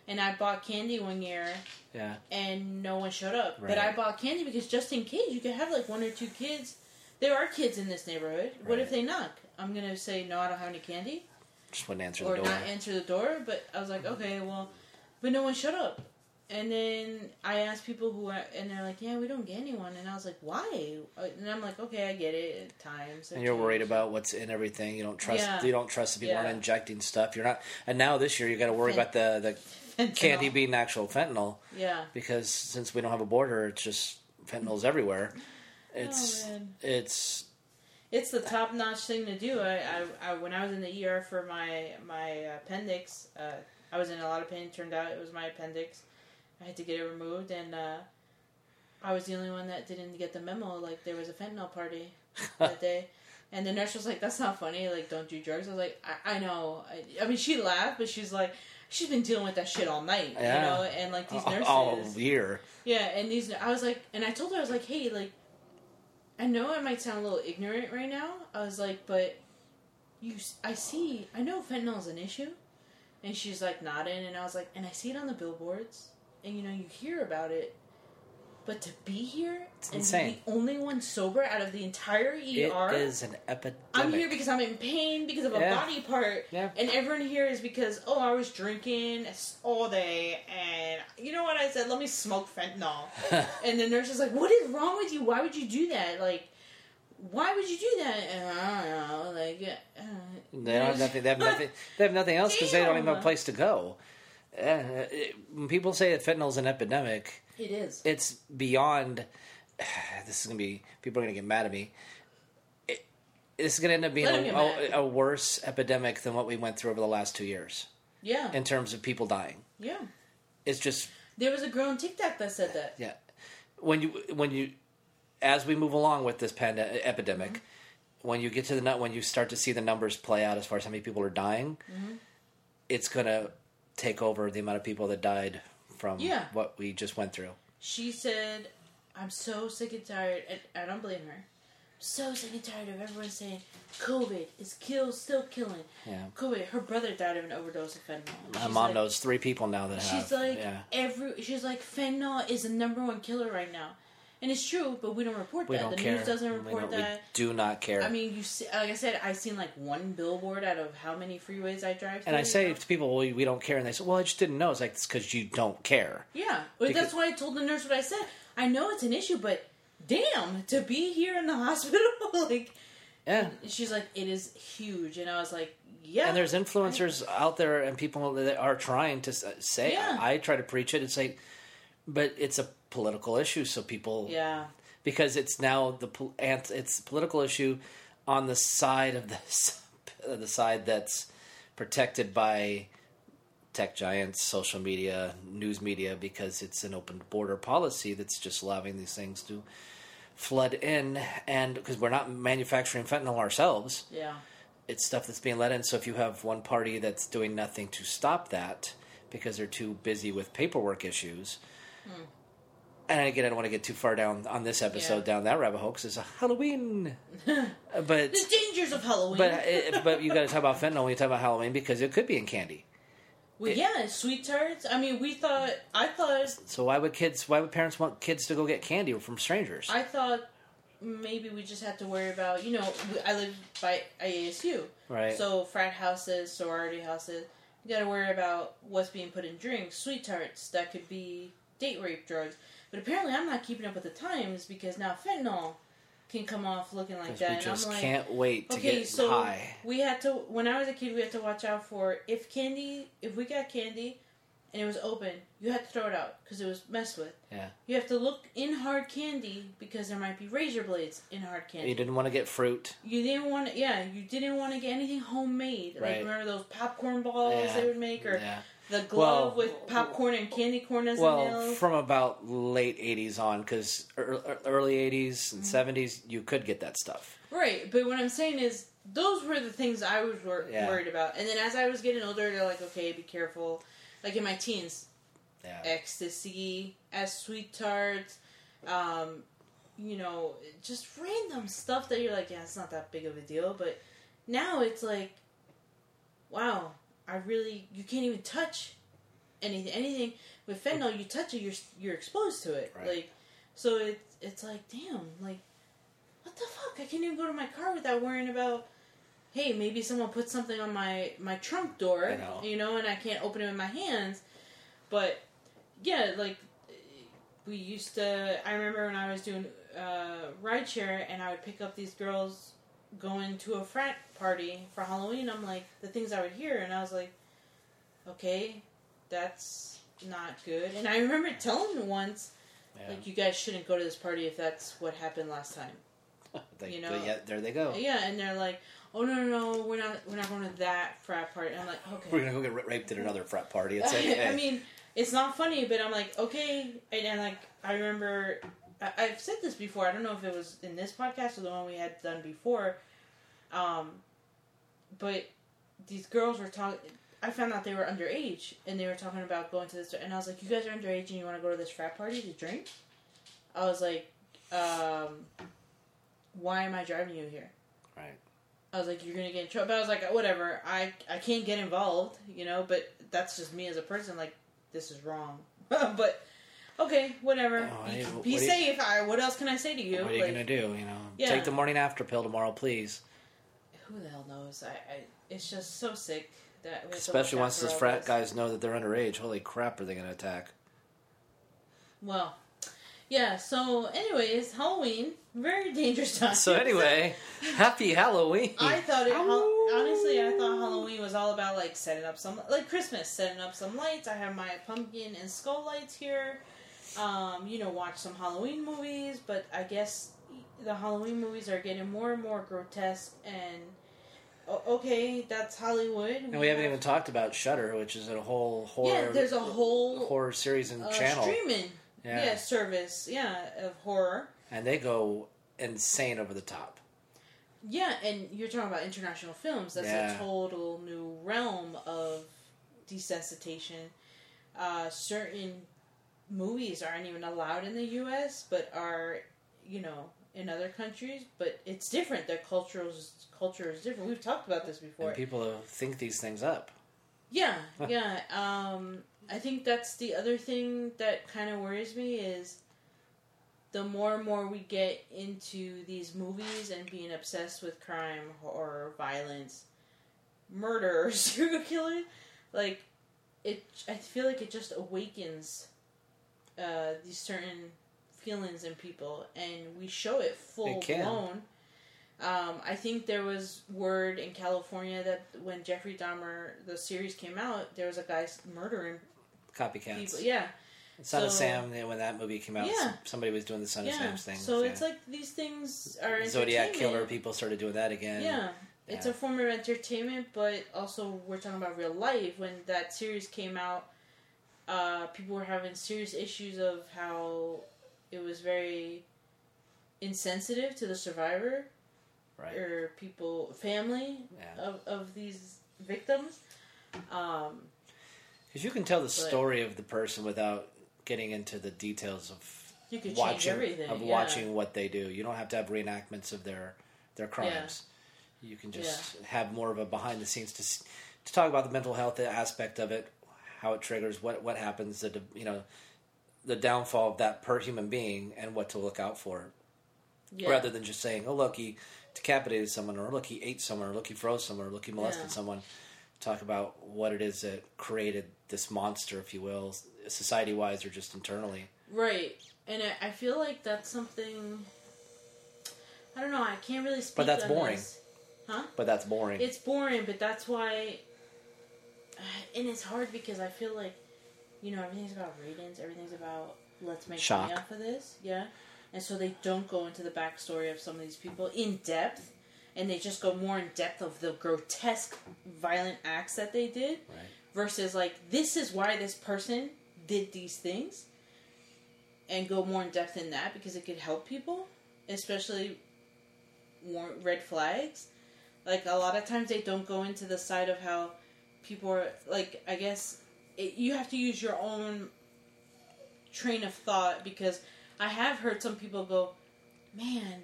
A: and I bought candy one year
B: Yeah.
A: and no one showed up. But
B: Right.
A: I bought candy because just in case you could have like one or two kids. There are kids in this neighborhood. What if
B: Right.
A: they knock? I'm gonna say no I don't have any candy
B: Just wouldn't answer
A: or
B: the door. Mm-hmm.
A: not answer the door, but I was like, Okay, well but no one showed up. And then I asked people who are, and they're like, "Yeah, we don't get anyone." And I was like, "Why?" And I'm like, "Okay, I get it. Times." have
B: and you're worried
A: changed."
B: about what's in everything. You don't trust.
A: Yeah.
B: You don't trust the people
A: Yeah.
B: aren't injecting stuff. You're not. And now this year, you got to worry about
A: Fent-
B: the the *laughs*
A: Fentanyl.
B: candy being actual fentanyl
A: Yeah.
B: because since we don't have a border, it's just fentanyl's everywhere. It's
A: Oh, man. *laughs*
B: it's
A: It's the top notch thing to do. I, I, I, when I was in the ER for my my appendix, uh, I was in a lot of pain. Turned out it was my appendix. I had to get it removed, and uh, I was the only one that didn't get the memo. Like there was a
B: *laughs*
A: fentanyl party that day, and the nurse was like, "That's not funny. Like don't do drugs." I was like, "I, I know." I, I mean, she laughed, but she's like, "She's been dealing with that shit all night,
B: Yeah.
A: you know." And like these
B: all, *laughs*
A: nurses,
B: all year.
A: Yeah, and these I was like, and I told her I was like, hey, like, I know I might sound a little ignorant right now. I was like, but you, s- I see, I know fentanyl's an issue, and she's like nodding, and I was like, and I see it on the billboards, and you know you hear about it, but to be here and
B: insane.
A: be the only one sober out of the entire
B: It
A: ER,
B: is an epidemic.
A: I'm here because I'm in pain because of a
B: Yeah.
A: body part.
B: Yeah.
A: And everyone here is because, oh, I was drinking all day and you know what I said? Let me smoke fentanyl. and the nurse is like, what is wrong with you? Why would you do that? Like, why would you do that? And I don't know. Like, uh,
B: *laughs* They don't have nothing. They have nothing. They have nothing else because they don't even have a
A: Damn.
B: place to go. Uh, it- when people say that fentanyl's an epidemic,
A: It is.
B: it's beyond. *sighs* This is gonna be people are gonna get mad at me. It- This is gonna end up being
A: Let 'em
B: a,
A: get mad.
B: a, a worse epidemic than what we went through over the last two years
A: Yeah.
B: in terms of people dying.
A: yeah.
B: It's just
A: There was a girl on TikTok that said that.
B: yeah. When you when you as we move along with this pandemic epidemic,
A: Mm-hmm.
B: when you get to the nut, when you start to see the numbers play out as far as how many people are dying,
A: Mm-hmm.
B: it's gonna take over the amount of people that died from
A: Yeah.
B: what we just went through.
A: She said, I'm so sick and tired, and I don't blame her. So sick and tired of everyone saying COVID is kill, still killing.
B: Yeah.
A: COVID, her brother died of an overdose of fentanyl.
B: My
A: She's
B: mom
A: like-
B: knows three people now that have.
A: She's like
B: yeah.
A: every. She's like fentanyl is the number one killer right now, and it's true. But we don't report
B: We
A: that.
B: don't
A: the
B: care.
A: news doesn't
B: We
A: report
B: don't- we
A: that.
B: do not care.
A: I mean, you see, like I said, I've seen like one billboard out of how many freeways I drive.
B: and I
A: through,
B: say
A: you know?
B: to people, well, we don't care. And they say, well, I just didn't know. It's like, it's because you don't care.
A: yeah, but
B: because-
A: that's why I told the nurse what I said. I know it's an issue, but damn, to be here in the *laughs* hospital, like
B: Yeah.
A: she's like, it is huge, and I was like, yeah,
B: And there's influencers out there and people that are trying to s- say,
A: Yeah.
B: I, I try to preach it. It's like, but it's a political issue. So people,
A: yeah,
B: because it's now the, pol- ant- it's a political issue on the side of this, *laughs* the side that's protected by tech giants, social media, news media, because it's an open border policy that's just allowing these things to flood in. And because we're not manufacturing fentanyl ourselves
A: yeah,
B: it's stuff that's being let in. So if you have one party that's doing nothing to stop that because they're too busy with paperwork issues, and again, I don't want to get too far down on this episode
A: Hmm. Yeah.
B: down that rabbit hole because it's a
A: *laughs*
B: Halloween, Uh, but
A: the dangers of Halloween.
B: but uh, it, but you got to talk about fentanyl when you talk about Halloween because it could be in candy.
A: well, yeah, sweet tarts. I mean, we thought, I thought
B: So why would kids? Why would parents want kids to go get candy from strangers?
A: I thought maybe we just had to worry about, you know, we- I live by ASU.
B: right.
A: So frat houses, sorority houses, you gotta worry about what's being put in drinks, sweet tarts, that could be date rape drugs. But apparently I'm not keeping up with the times because now fentanyl can come off looking like
B: 'Cause
A: that.
B: we just
A: and I'm like,
B: can't wait to
A: okay,
B: get
A: so
B: high.
A: we had to, when I was a kid, we had to watch out for if candy, if we got candy and it was open, you had to throw it out because it was messed with.
B: Yeah.
A: You have to look in hard candy because there might be razor blades in hard candy.
B: You didn't want to get fruit.
A: You didn't want to, yeah, you didn't want to get anything homemade.
B: Right.
A: Like, remember those popcorn balls
B: Yeah.
A: they would make? Or
B: Yeah.
A: the glove
B: Well,
A: with popcorn and candy corn as a
B: Well,
A: nail?
B: from about late '80s on, because early '80s
A: Mm-hmm.
B: and '70s, you could get that stuff.
A: right, but what I'm saying is, those were the things I was wor-
B: Yeah.
A: worried about. And then as I was getting older, they're like, okay, be careful. Like in my teens,
B: Yeah,
A: ecstasy, as sweet tarts, um, you know, just random stuff that you're like, yeah, it's not that big of a deal. But now it's like, wow, I really you can't even touch anything. Anything with fentanyl, you touch it, you're you're exposed to it.
B: Right.
A: Like, so it's it's like, damn, like, what the fuck? I can't even go to my car without worrying about. Hey, maybe someone put something on my my trunk door,
B: I know.
A: you know, and I can't open it with my hands. But yeah, like we used to. I remember when I was doing uh, rideshare, and I would pick up these girls going to a frat party for Halloween. I'm like the things I would hear, and I was like, okay, that's not good. And I remember telling once,
B: yeah.
A: like, you guys shouldn't go to this party if that's what happened last time.
B: *laughs* They-
A: you know-
B: but yeah, there they go.
A: Yeah, and they're like, oh no, no, no, we're not, we're not going to that frat party. And I'm like, okay.
B: We're gonna go get ra- raped at another frat party. It's like, hey,
A: Mm-hmm. *laughs* I mean, it's not funny, but I'm like, okay. And, and like, I remember, I, I've said this before. I don't know if it was in this podcast or the one we had done before. Um, but these girls were talking. I found out they were underage, and they were talking about going to this. And I was like, "You guys are underage, and you want to go to this frat party to drink?" I was like, um, "Why am I driving you here?"
B: right?
A: I was like, you're gonna get in trouble. But I was like, whatever. I I can't get involved, you know. But that's just me as a person. Like, this is wrong. *laughs* but okay, whatever.
B: Oh,
A: Be-
B: hey, wh-
A: be
B: what are you-
A: safe. I, what else can I say to you?
B: what are you
A: Like,
B: gonna do? You know,
A: Yeah.
B: take the morning after pill tomorrow, please.
A: Who the hell knows? I, I it's just so sick that we have to
B: Especially
A: watch out
B: once
A: for
B: those
A: all
B: frat
A: this.
B: guys know that they're underage. Holy crap, are they gonna attack?
A: Well, yeah. So, anyways, Halloween, very *laughs* dangerous time.
B: So anyway, happy Halloween.
A: I thought it.
B: Ow.
A: honestly, I
B: oh.
A: thought Halloween was all about like setting up some like Christmas, setting up some lights. I have my pumpkin and skull lights here. Um, you know, watch some Halloween movies, but I guess the Halloween movies are getting more and more grotesque. And o- okay, that's Hollywood.
B: and we haven't even talked about Shudder, which is a whole horror.
A: yeah, there's a whole
B: horror series and
A: uh,
B: channel.
A: streaming
B: Yeah.
A: yeah. service yeah of horror
B: and they go insane over the top.
A: Yeah, and you're talking about international films. That's
B: Yeah.
A: a total new realm of desensitization. Uh, certain movies aren't even allowed in the U.S., but are you know in other countries. But it's different. Their cultural culture is different. We've talked about this before.
B: And people think these things up.
A: Yeah, yeah. Um, I think that's the other thing that kind of worries me is the more and more we get into these movies and being obsessed with crime, horror, violence, murder, *laughs* serial killer, like it. I feel like it just awakens uh, these certain feelings in people, and we show it full
B: can.
A: blown. Um, I think there was word in California that when Jeffrey Dahmer the series came out, there was a guy s- murdering
B: Copycats.
A: people. Yeah,
B: Son of
A: So-
B: Sam. they- When that movie came out,
A: Yeah.
B: some- somebody was doing the Son of
A: yeah.
B: Sam's thing.
A: So
B: yeah.
A: it's like these things are
B: Zodiac
A: entertainment.
B: killer. People started doing that again.
A: Yeah. It's
B: Yeah.
A: a form of entertainment, but also we're talking about real life. When that series came out, uh, people were having serious issues of how it was very insensitive to the survivor
B: Right.
A: or people, family
B: Yeah.
A: of, of these victims. Um,
B: Because you can tell the story of the person without getting into the details of
A: you could change
B: watching
A: everything.
B: of
A: yeah.
B: watching what they do. You don't have to have reenactments of their their crimes. You can just have more of a behind the scenes to s- to talk about the mental health aspect of it, how it triggers, what what happens, the de- you know the downfall of that per human being, and what to look out for,
A: Yeah.
B: rather than just saying, "Oh, look, he decapitated someone," or "Look, he ate someone," or "Look, he froze someone," or "Look, he molested
A: Yeah.
B: someone." Talk about what it is that created this monster, if you will, society wise or just internally.
A: Right. And I, I feel like that's something. I don't know. I can't really speak.
B: that's
A: on
B: boring.
A: this.
B: But that's boring.
A: It's boring, but that's why. *sighs* And it's hard because I feel like, you know, everything's about ratings. Everything's about let's make
B: Shock.
A: money off of this. Yeah. And so they don't go into the backstory of some of these people in depth, and they just go more in depth of the grotesque, violent acts that they did
B: right.
A: versus like this is why this person did these things and go more in depth in that because it could help people especially war red flags like a lot of times they don't go into the side of how people are like i guess it, you have to use your own train of thought because i have heard some people go man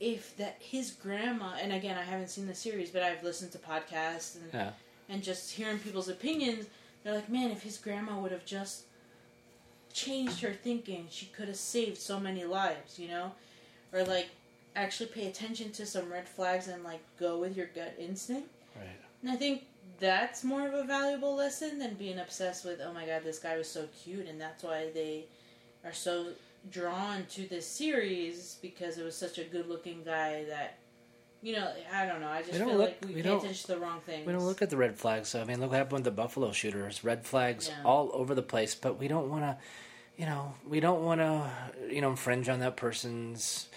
A: if that his grandma and again i haven't seen the series but i've listened to podcasts and
B: Yeah.
A: and just hearing people's opinions, they're like, man, if his grandma would have just changed her thinking, she could have saved so many lives, you know? Or like, actually pay attention to some red flags and like go with your gut instinct.
B: Right.
A: And I think that's more of a valuable lesson than being obsessed with, oh my god, this guy was so cute, and that's why they are so drawn to this series because it was such a good looking guy that. You know, I don't know. I just
B: We
A: feel
B: don't look-
A: like we,
B: we
A: pay
B: don't-
A: attention to the wrong things.
B: We don't look at the red flags. So I mean, look what happened with the Buffalo shooters. Red flags
A: Yeah.
B: all over the place, but we don't want to, you know, we don't want to, you know, infringe on that person's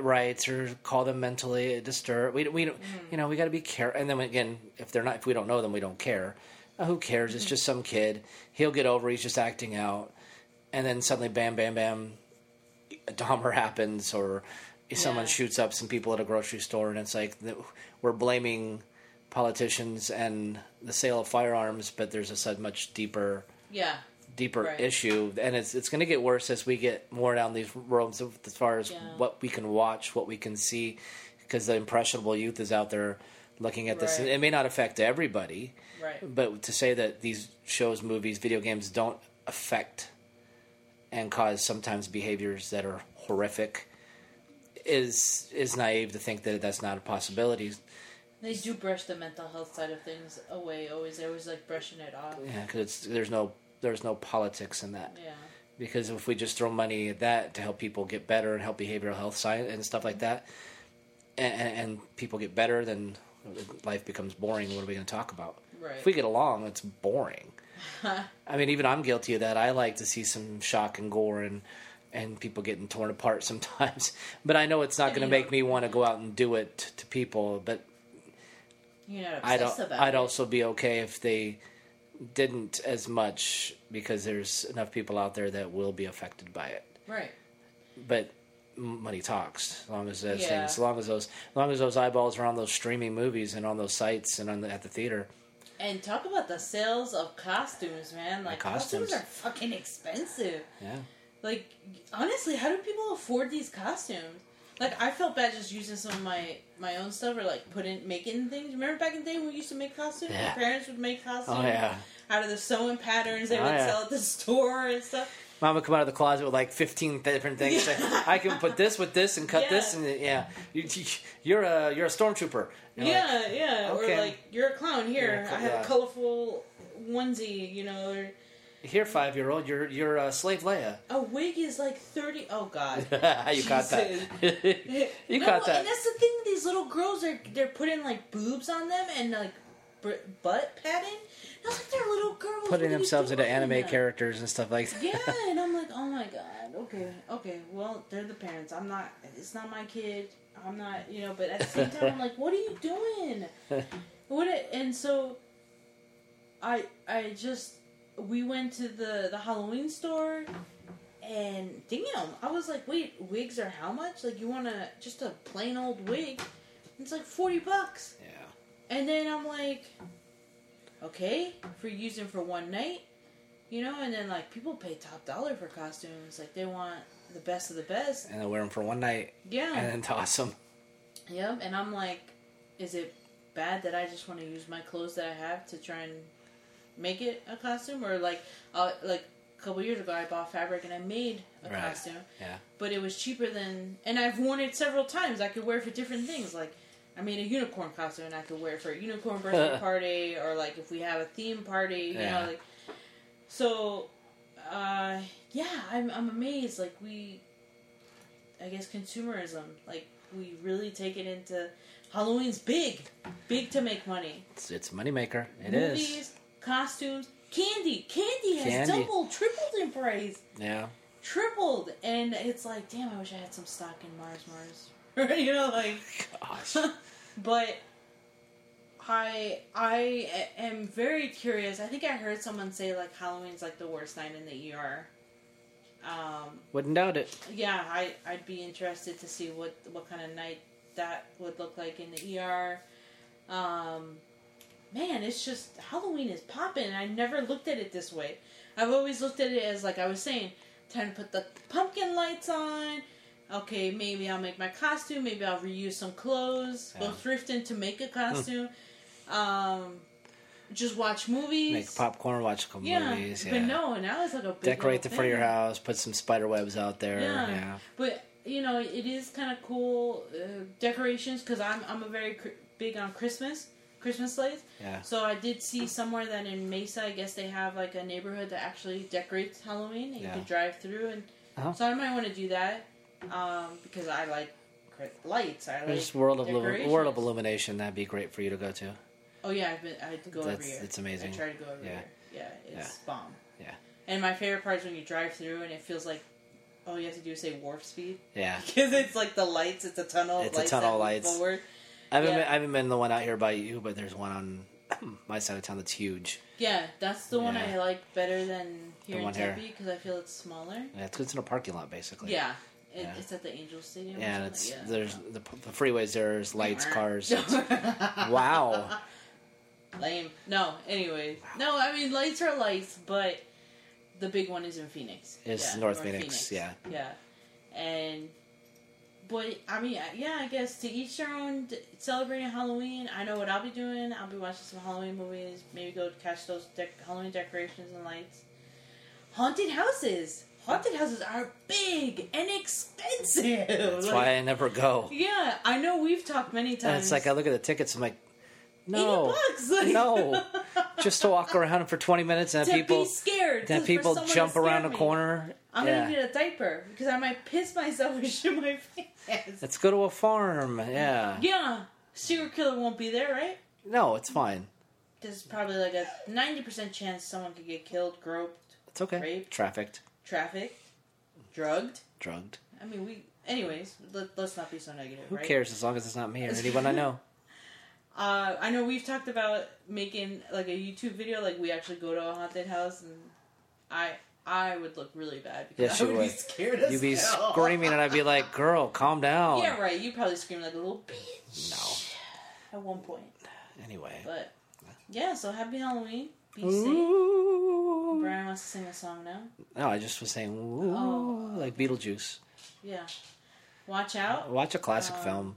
B: rights or call them mentally disturbed. We we
A: Mm-hmm.
B: don't, you know, we got to be careful. And then again, if they're not, if we don't know them, we don't care. Uh, who cares? It's just some kid. He'll get over. it. He's just acting out. And then suddenly, bam, bam, bam, a Dahmer happens or someone
A: Yeah.
B: shoots up some people at a grocery store, and it's like th- we're blaming politicians and the sale of firearms, but there's a so much deeper,
A: Yeah.
B: deeper
A: Right.
B: issue, and it's it's going to get worse as we get more down these roads of- as far as
A: Yeah.
B: what we can watch, what we can see, because the impressionable youth is out there looking at this.
A: Right.
B: It may not affect everybody,
A: Right.
B: but to say that these shows, movies, video games don't affect and cause sometimes behaviors that are horrific is is naive to think that that's not a possibility.
A: They do brush the mental health side of things away. Always, they're always like brushing it off.
B: Yeah, because there's no there's no politics in that.
A: Yeah.
B: Because if we just throw money at that to help people get better and help behavioral health science and stuff like that, and, and, and people get better, then life becomes boring. What are we going to talk about?
A: Right.
B: If we get along, it's boring. *laughs* I mean, even I'm guilty of that. I like to see some shock and gore and and people getting torn apart *laughs* sometimes. But I know it's not going to
A: you
B: make
A: don't-
B: me want to go out and do it t- to people. But
A: You're not
B: I'd
A: obsessed about
B: I'd
A: it.
B: also be okay if they didn't as much because there's enough people out there that will be affected by it.
A: Right.
B: But m- money talks. As long as those
A: Yeah.
B: things, as long as those, as long as those eyeballs are on those streaming movies and on those sites and on the, at the theater.
A: And talk about the sales of costumes, man. Like costumes,
B: costumes.
A: are fucking expensive.
B: Yeah.
A: Like honestly, how do people afford these costumes? Like I felt bad just using some of my my own stuff or like putting making things. Remember back in the day when we used to make costumes?
B: Yeah.
A: Our parents would make costumes
B: Oh yeah.
A: out of the sewing patterns they
B: Oh,
A: would
B: yeah.
A: sell at the store and stuff.
B: Mom would come out of the closet with like fifteen different things. Say,
A: Yeah.
B: I can put this with this and cut
A: Yeah.
B: this and yeah. You, you're a you're a stormtrooper. You're like,
A: yeah, yeah.
B: okay.
A: Or like you're a clown
B: You're
A: here.
B: a cl-
A: I have
B: yeah.
A: a colorful onesie, you know. Or
B: Here, five year old, you're you're a slave Leia. *laughs*
A: a wig is like thirty. Oh God. *laughs*
B: you caught that. *laughs* you
A: No,
B: caught that.
A: And that's the thing. These little girls are they're putting like boobs on them and like br- butt padding. And I was like, they're little girls What are
B: Putting
A: you
B: themselves into
A: doing?
B: anime characters and stuff like that.
A: Yeah, and I'm like, oh my god. Okay, okay. Well, they're the parents. I'm not. It's not my kid. I'm not. You know. But at the same time, I'm like, what are you doing? What? a- and so, I I just we went to the the Halloween store, and damn, I was like, wait, wigs are how much? Like, you want to just a plain old wig? It's like forty bucks.
B: *laughs* yeah.
A: And then I'm like, okay, for using for one night, you know. And then like people pay top dollar for costumes, like they want the best of the best.
B: And they wear them for one night and
A: Yeah,
B: then toss them.
A: yep. And I'm like, is it bad that I just want to use my clothes that I have to try and make it a costume, or like, uh, like a couple years ago I bought fabric and I made a
B: Right.
A: costume.
B: Yeah.
A: but it was cheaper than and I've worn it several times. I could wear it for different things. Like I made a unicorn costume and I could wear it for
B: *laughs*
A: a unicorn birthday party or like if we have a theme party, you
B: Yeah.
A: know, like so uh yeah, I'm I'm amazed. Like we I guess consumerism, like we really take it into Halloween's big. Big to make money.
B: It's, it's a moneymaker. It is.
A: Movies, costumes, candy. Candy has
B: Candy.
A: doubled, tripled in price
B: Yeah.
A: tripled, and it's like, damn, I wish I had some stock in Mars Mars. *laughs* you know, like, *laughs*
B: Gosh.
A: but I I a- am very curious. I think I heard someone say like Halloween's like the worst night in the ER. Um,
B: Wouldn't doubt it.
A: yeah, I I'd be interested to see what what kind of night that would look like in the ER. Um, man, it's just Halloween is popping. I never looked at it this way. I've always looked at it as like I was saying, time to put the pumpkin lights on. Okay, maybe I'll make my costume. Maybe I'll reuse some clothes. Go
B: Yeah. Hmm.
A: thrifting to make a costume. Um, just watch movies.
B: Make popcorn, watch a couple
A: yeah,
B: movies. Yeah.
A: but no, now it's like a big
B: Decorate the
A: old
B: front of your
A: thing.
B: house. Put some spider webs out there.
A: Yeah.
B: Yeah.
A: But you know, it is kind of cool uh, decorations because I'm I'm a very cr- big on Christmas Christmas lights.
B: Yeah.
A: So I did see somewhere that in Mesa, I guess they have like a neighborhood that actually decorates Halloween, and
B: Yeah.
A: you can drive through. And
B: Uh-huh.
A: so I might want to do that um, because I like cri- lights. I like
B: There's World of Illum-
A: decorations.
B: World of Illumination. That'd be great for you to go to.
A: Oh yeah, I've been. I go every
B: That's-
A: year.
B: it's amazing.
A: I try to go every
B: Yeah.
A: year. Yeah, it's bomb.
B: Yeah.
A: And my favorite part is when you drive through and it feels like all you have to do is say warp speed.
B: Yeah.
A: *laughs* because it's like the lights. It's a tunnel. of
B: It's a
A: lights
B: tunnel
A: that move
B: lights.
A: Forward.
B: I haven't,
A: Yeah.
B: been, I haven't been the one out here by you, but there's one on *clears throat* my side of town that's huge.
A: Yeah, that's the one
B: Yeah.
A: I like better than here in
B: one here.
A: Tempe because I feel it's smaller.
B: Yeah, it's, it's in a parking lot basically.
A: yeah. It,
B: Yeah.
A: it's at the Angel Stadium. or
B: Yeah, and
A: something,
B: it's
A: yeah.
B: there's the, the freeways. There's lights,
A: *laughs*
B: cars. It's-
A: wow.
B: wow.
A: Lame. No. Anyways, no. I mean, lights are lights, but the big one is in Phoenix.
B: It's North Phoenix, yeah.
A: Yeah. And. But I mean, I- yeah, I guess to each their own. d- Celebrating Halloween, I know what I'll be doing. I'll be watching some Halloween movies. Maybe go catch those dec- Halloween decorations and lights. Haunted houses. Haunted houses are big and expensive.
B: That's
A: Like,
B: why I never go.
A: yeah, I know we've talked many
B: And
A: times.
B: it's like I look at the tickets. I'm like,
A: Eighty
B: no,
A: bucks. Like,
B: no,
A: *laughs*
B: just to walk around for 20 minutes and
A: to
B: have people
A: be scared.
B: then
A: for
B: people
A: someone to
B: jump
A: scare
B: around a
A: me.
B: corner.
A: I'm
B: yeah,
A: gonna need a diaper because I might piss myself *laughs* and shit my pants.
B: let's go to a farm. Yeah,
A: yeah, serial killer won't be there, right?
B: no, it's fine.
A: There's probably like a ninety percent chance someone could get killed, groped,
B: It's okay.
A: Right.
B: Trafficked,
A: trafficked, drugged.
B: drugged.
A: I mean, we. Anyways, let, let's not be so negative.
B: Who
A: right?
B: cares as long as it's not me or anyone I
A: *laughs*
B: know.
A: Uh, I know we've talked about making like a YouTube video, like we actually go to a haunted house, and I I would look really bad because
B: Yes,
A: I
B: you
A: would
B: would.
A: be scared as
B: You'd be
A: hell. *laughs*
B: screaming, and I'd be like, "Girl, calm down."
A: Yeah, right. You'd probably scream like a little bitch
B: No.
A: at one point.
B: Anyway.
A: But yeah, so happy Halloween. Be safe.
B: Ooh.
A: Brian wants to sing a song now.
B: No, I just was saying, ooh,
A: Oh.
B: like Beetlejuice.
A: Yeah. Watch out.
B: Watch a classic
A: Um,
B: film.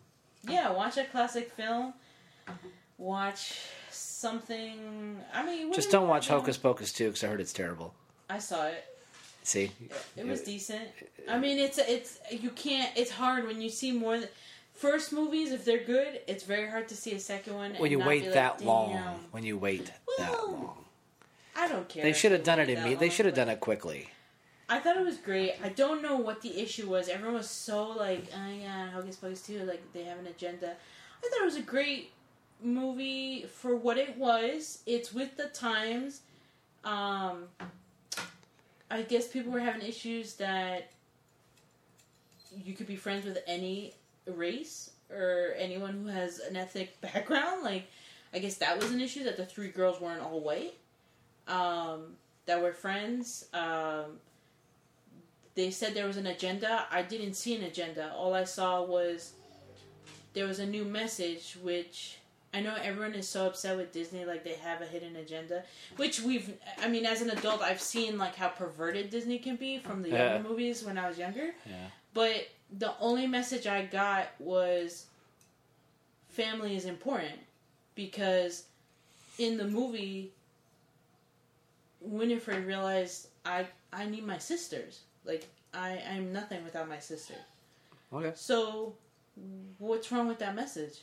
A: Yeah, watch a classic film. Watch something. I mean,
B: Just
A: whatever,
B: don't watch
A: you know.
B: Hocus Pocus 2 because I heard it's terrible.
A: I saw it.
B: See?
A: It was decent. I mean, it's it's you can't. It's hard when you see more. Than, first movies, if they're good, it's very hard to see a second one.
B: when
A: and
B: you
A: not
B: wait
A: be like,
B: that long.
A: "Damn."
B: When you wait that
A: Well,
B: long.
A: I don't care.
B: They
A: if
B: should have done it
A: waited
B: in
A: that
B: me. They
A: long,
B: should have
A: but-
B: done it quickly.
A: I thought it was great. I don't know what the issue was. Everyone was so like, oh yeah, Hocus Pocus too. Like they have an agenda. I thought it was a great movie for what it was. It's with the times. Um, I guess people were having issues that you could be friends with any race or anyone who has an ethnic *laughs* background. Like, I guess that was an issue that the three girls weren't all white. Um, that were friends. Um, they said there was an agenda. I didn't see an agenda. All I saw was there was a new message, which I know everyone is so upset with Disney, like they have a hidden agenda. Which we've, I mean, as an adult, I've seen like how perverted Disney can be from the
B: Yeah.
A: other movies when I was younger.
B: Yeah.
A: But the only message I got was family is important because in the movie, Winifred realized I I need my sisters. Like I I'm nothing without my sister.
B: Okay.
A: So what's wrong with that message?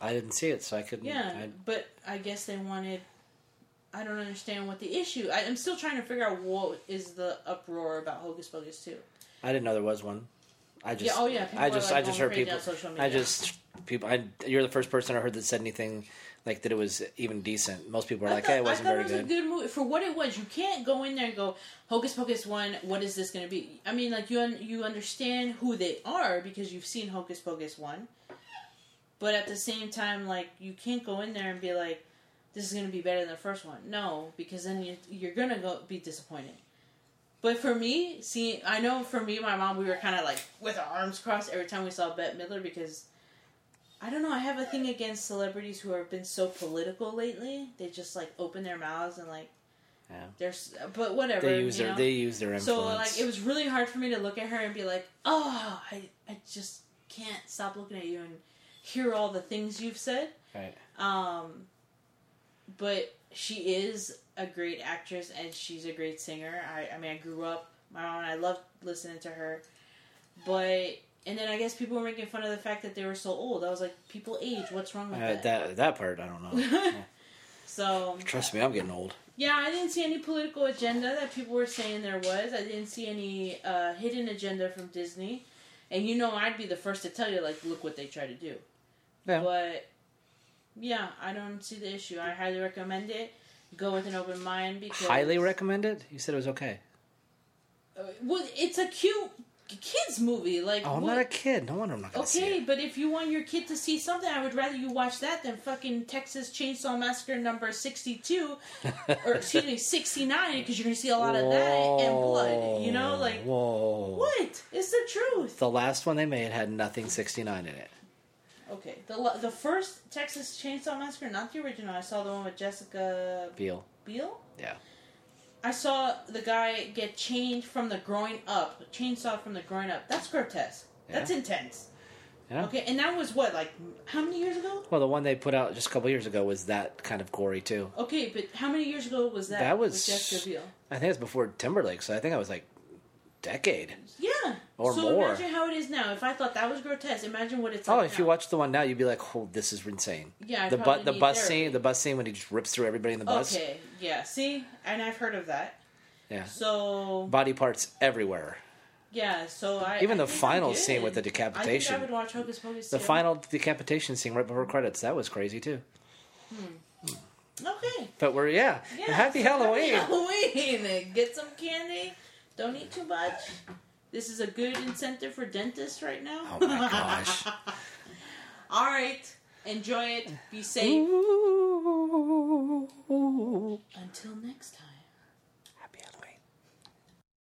B: I didn't see it, so I couldn't.
A: Yeah,
B: Mm, I,
A: but I guess they wanted. I don't understand what the issue. I, I'm still trying to figure out what is the uproar about Hocus Pocus too.
B: I didn't know there was one. I just.
A: yeah, oh yeah. people
B: I
A: are,
B: just.
A: like,
B: I just
A: going
B: heard
A: crazy
B: people.
A: on social
B: I
A: media.
B: just people. I, you're the first person I heard that said anything like that. It was even decent. Most people were
A: I
B: like,
A: thought-
B: "Hey, it wasn't
A: I thought
B: very
A: it was
B: good."
A: a good movie for what it was. You can't go in there and go Hocus Pocus one. What is this going to be? I mean, like you un- you understand who they are because you've seen Hocus Pocus one, but at the same time, like you can't go in there and be like, this is going to be better than the first one. No, because then you, you're going to go be disappointed. But for me, see, I know for me, my mom, we were kind of like with our arms crossed every time we saw Bette Midler because I don't know. I have a thing against celebrities who have been so political lately. They just like open their mouths and like
B: Yeah.
A: there's but whatever.
B: They use
A: you
B: their.
A: know?
B: They use their influence.
A: so like it was really hard for me to look at her and be like, oh, I I just can't stop looking at you and hear all the things you've said.
B: Right.
A: Um, but she is a great actress and she's a great singer. I, I mean, I grew up, my mom and I loved listening to her. But, and then I guess people were making fun of the fact that they were so old. I was like, people age, what's wrong
B: Uh, that.
A: with that?
B: that part I don't
A: *laughs*
B: know.
A: So,
B: Trust me, I'm getting old.
A: yeah, I didn't see any political agenda that people were saying there was. I didn't see any uh, hidden agenda from Disney. And you know, I'd be the first to tell you, like, look what they try to do.
B: Yeah.
A: But yeah, I don't see the issue. I highly recommend it. Go with an open mind because
B: Highly recommend it. You said it was okay.
A: Uh, Well, it's a cute kids movie. Like
B: Oh, I'm
A: what-
B: not a kid. No wonder I'm not going to see
A: okay,
B: it.
A: but if you want your kid to see something, I would rather you watch that than fucking Texas Chainsaw Massacre number sixty-two *laughs* or excuse me sixty-nine because you're gonna see a lot of that and blood. You know, like
B: whoa,
A: what? It's the truth.
B: The last one they made had nothing 69 in it.
A: Okay, the lo- the first Texas Chainsaw Massacre, not the original. I saw the one with Jessica
B: Beal.
A: Biel.
B: Yeah.
A: I saw the guy get chained from the groin up, chainsaw from the groin up. That's grotesque. That's
B: Yeah.
A: intense.
B: Yeah.
A: Okay, and that was what, like, how many years ago?
B: Well, the one they put out just a couple years ago was that kind of gory too.
A: Okay, but how many years ago was that?
B: That was-
A: with Jessica Biel.
B: I think it's before Timberlake, so I think I was like decade.
A: Yeah.
B: Or
A: so
B: more.
A: imagine how it is now. If I thought that was grotesque, imagine what it's
B: Oh,
A: like.
B: if you
A: now.
B: watch the one now, you'd be like, "Oh, this is insane."
A: Yeah, I
B: the
A: probably
B: bu- the
A: need
B: bus
A: therapy.
B: scene, the bus scene when he just rips through everybody in the bus.
A: Okay, yeah, see? And I've heard of that.
B: Yeah,
A: So,
B: body parts everywhere.
A: yeah, so I.
B: Even
A: I
B: the
A: think I'm
B: final scene
A: good.
B: with the
A: I
B: decapitation.
A: think I would watch Hocus Pocus.
B: The
A: too.
B: final decapitation scene right before credits that was crazy too.
A: Okay.
B: But we're yeah,
A: Yeah,
B: happy
A: so
B: Halloween.
A: Halloween. *laughs* Get some candy. Don't eat too much. This is a good incentive for dentists right now.
B: Oh
A: *laughs*
B: my gosh.
A: All right. Enjoy it. Be safe.
B: Ooh.
A: Until next time.